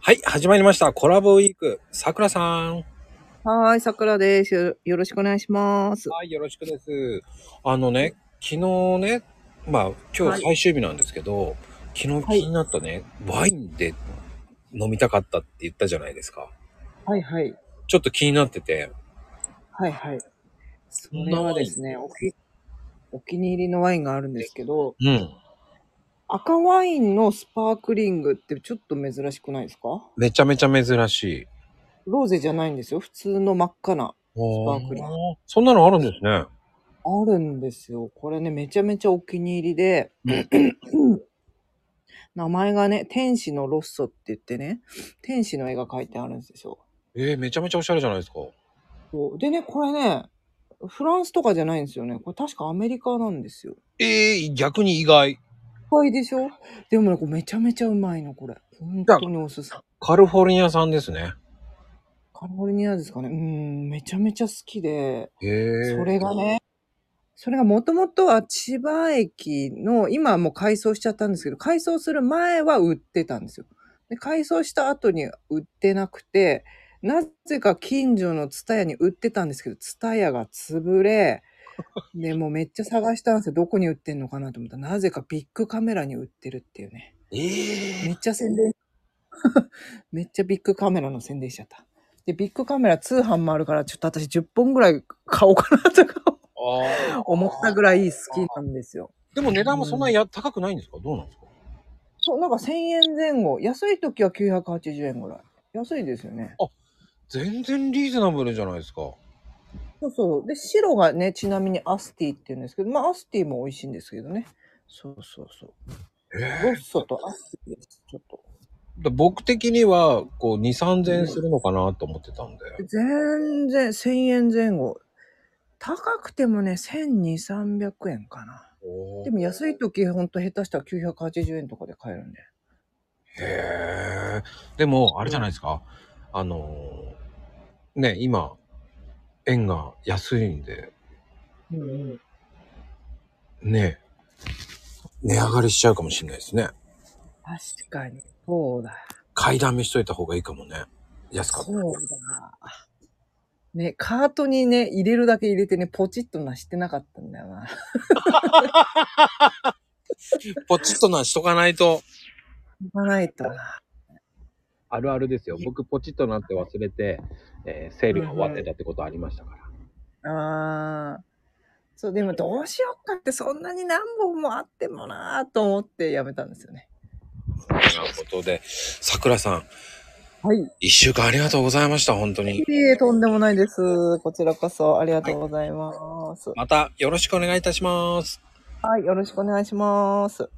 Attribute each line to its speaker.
Speaker 1: はい、始まりました。コラボウィーク、さくらさん。
Speaker 2: はい、さくらですよ。よろしくお願いします。
Speaker 1: はい、よろしくです。あのね、昨日ね、まあ今
Speaker 2: は
Speaker 1: 日
Speaker 2: い。
Speaker 1: 最終日なんですけど、昨日
Speaker 2: は
Speaker 1: 気に
Speaker 2: い。
Speaker 1: なったね、ワインで飲みたかったって言ったじゃないですか。
Speaker 2: はいはい。
Speaker 1: ちょっと気になってて、
Speaker 2: はいはい。そ
Speaker 1: どん
Speaker 2: れ
Speaker 1: な
Speaker 2: は
Speaker 1: ワ
Speaker 2: で
Speaker 1: イン
Speaker 2: すね、お気お気に入りのワインがあるんですけど、
Speaker 1: うん。
Speaker 2: 赤ワインのスパークリングってちょっと珍しくないですか
Speaker 1: めちゃめちゃ珍しい。
Speaker 2: ローゼじゃないんですよ。普通の真っ赤なスパ
Speaker 1: お
Speaker 2: ークリング。
Speaker 1: ー、そんなのあるんですね。
Speaker 2: あるんですよ。これね、めちゃめちゃお気に入り で、
Speaker 1: うん。
Speaker 2: 名前がね、天使のロッソって言ってね、天使の絵が描いてあるんですよ。
Speaker 1: えー、めちゃめちゃおしゃれじゃないですか。
Speaker 2: そうでね、これね、フランスとかじゃないんですよね。これ確かアメリカなんですよ。
Speaker 1: えー、逆に意外。
Speaker 2: はいでしょでもね、これめちゃめちゃうまいの、これ。本
Speaker 1: じゃあ、
Speaker 2: 当におすすめ。
Speaker 1: カリフォルニア産ですね。
Speaker 2: カリフォルニアですかね。うん、めちゃめちゃ好きで、
Speaker 1: へ
Speaker 2: そ
Speaker 1: え。
Speaker 2: れがね、それがもともとは千葉駅の、今はもう改装しちゃったんですけど、改装する前は売ってたんですよ。で、改装した後に売ってなくて、なぜか近所のツタヤに売ってたんですけど、ツタヤが潰れ、で、もうめっちゃ探したんですよ。どこに売ってんのかなと思ったら、なぜかビッグカメラに売ってるっていうね。
Speaker 1: え
Speaker 2: めっ
Speaker 1: ー、
Speaker 2: ちゃ宣伝、 めっちゃビッグカメラの宣伝しちゃった。で、ビッグカメラ通販もあるから、ちょっと私10本ぐらい買おうかなとか
Speaker 1: あ
Speaker 2: 思ったぐらい好きなんですよ。
Speaker 1: ーでも値
Speaker 2: う。
Speaker 1: 段もそんなんにや高くないんですかどうなんですか
Speaker 2: そう、なんか1000円前後。安い時は980円ぐらい。安いですよね。
Speaker 1: あ、全然リーズナブルじゃないですか。
Speaker 2: そうそう。で、白がね、ちなみにアスティって言うんですけど、まあ、アスティも美味しいんですけどね。そうそうそう。ロッ
Speaker 1: ええ
Speaker 2: ソとアスティです。ちょっと。
Speaker 1: だ僕的には、こう、2、3000
Speaker 2: う
Speaker 1: 円す
Speaker 2: ん。
Speaker 1: るのかなと思ってたんで。
Speaker 2: 全然、1000円前後。高くてもね、1200、300円かな。
Speaker 1: お
Speaker 2: で
Speaker 1: ー
Speaker 2: も安い時、ほんと下手したら980円とかで買えるんで。
Speaker 1: へえ。でも、あれ
Speaker 2: う
Speaker 1: じゃない
Speaker 2: ん。
Speaker 1: ですか。あのーね、今、円が安いんで、
Speaker 2: うんうん。
Speaker 1: ね、値上がりしちゃうかもしれないですね。
Speaker 2: 確かに。そうだ。
Speaker 1: 買いだめしといた方がいいかもね。安かったら。
Speaker 2: そうだ。ね、カートにね、入れるだけ入れてね、ポチッとなしてなかったんだよな。
Speaker 1: ポチッとなしとかないと。
Speaker 2: 行かないとな。
Speaker 1: あるあるですよ。僕、ポチッとなって忘れて、えーセー
Speaker 2: う
Speaker 1: ルが終わって
Speaker 2: ん
Speaker 1: たってことありましたから。
Speaker 2: うん。ああ。そう、でもどうしようかって、そんなに何本もあってもなぁと思ってやめたんですよね。
Speaker 1: ということで、桜さん、
Speaker 2: はい。
Speaker 1: 一週間ありがとうございました、本当に。
Speaker 2: いえいえ、とんでもないです。こちらこそありが
Speaker 1: は
Speaker 2: とう
Speaker 1: い。
Speaker 2: ございます。
Speaker 1: またよろしくお願いいたします。
Speaker 2: はい、よろしくお願いします。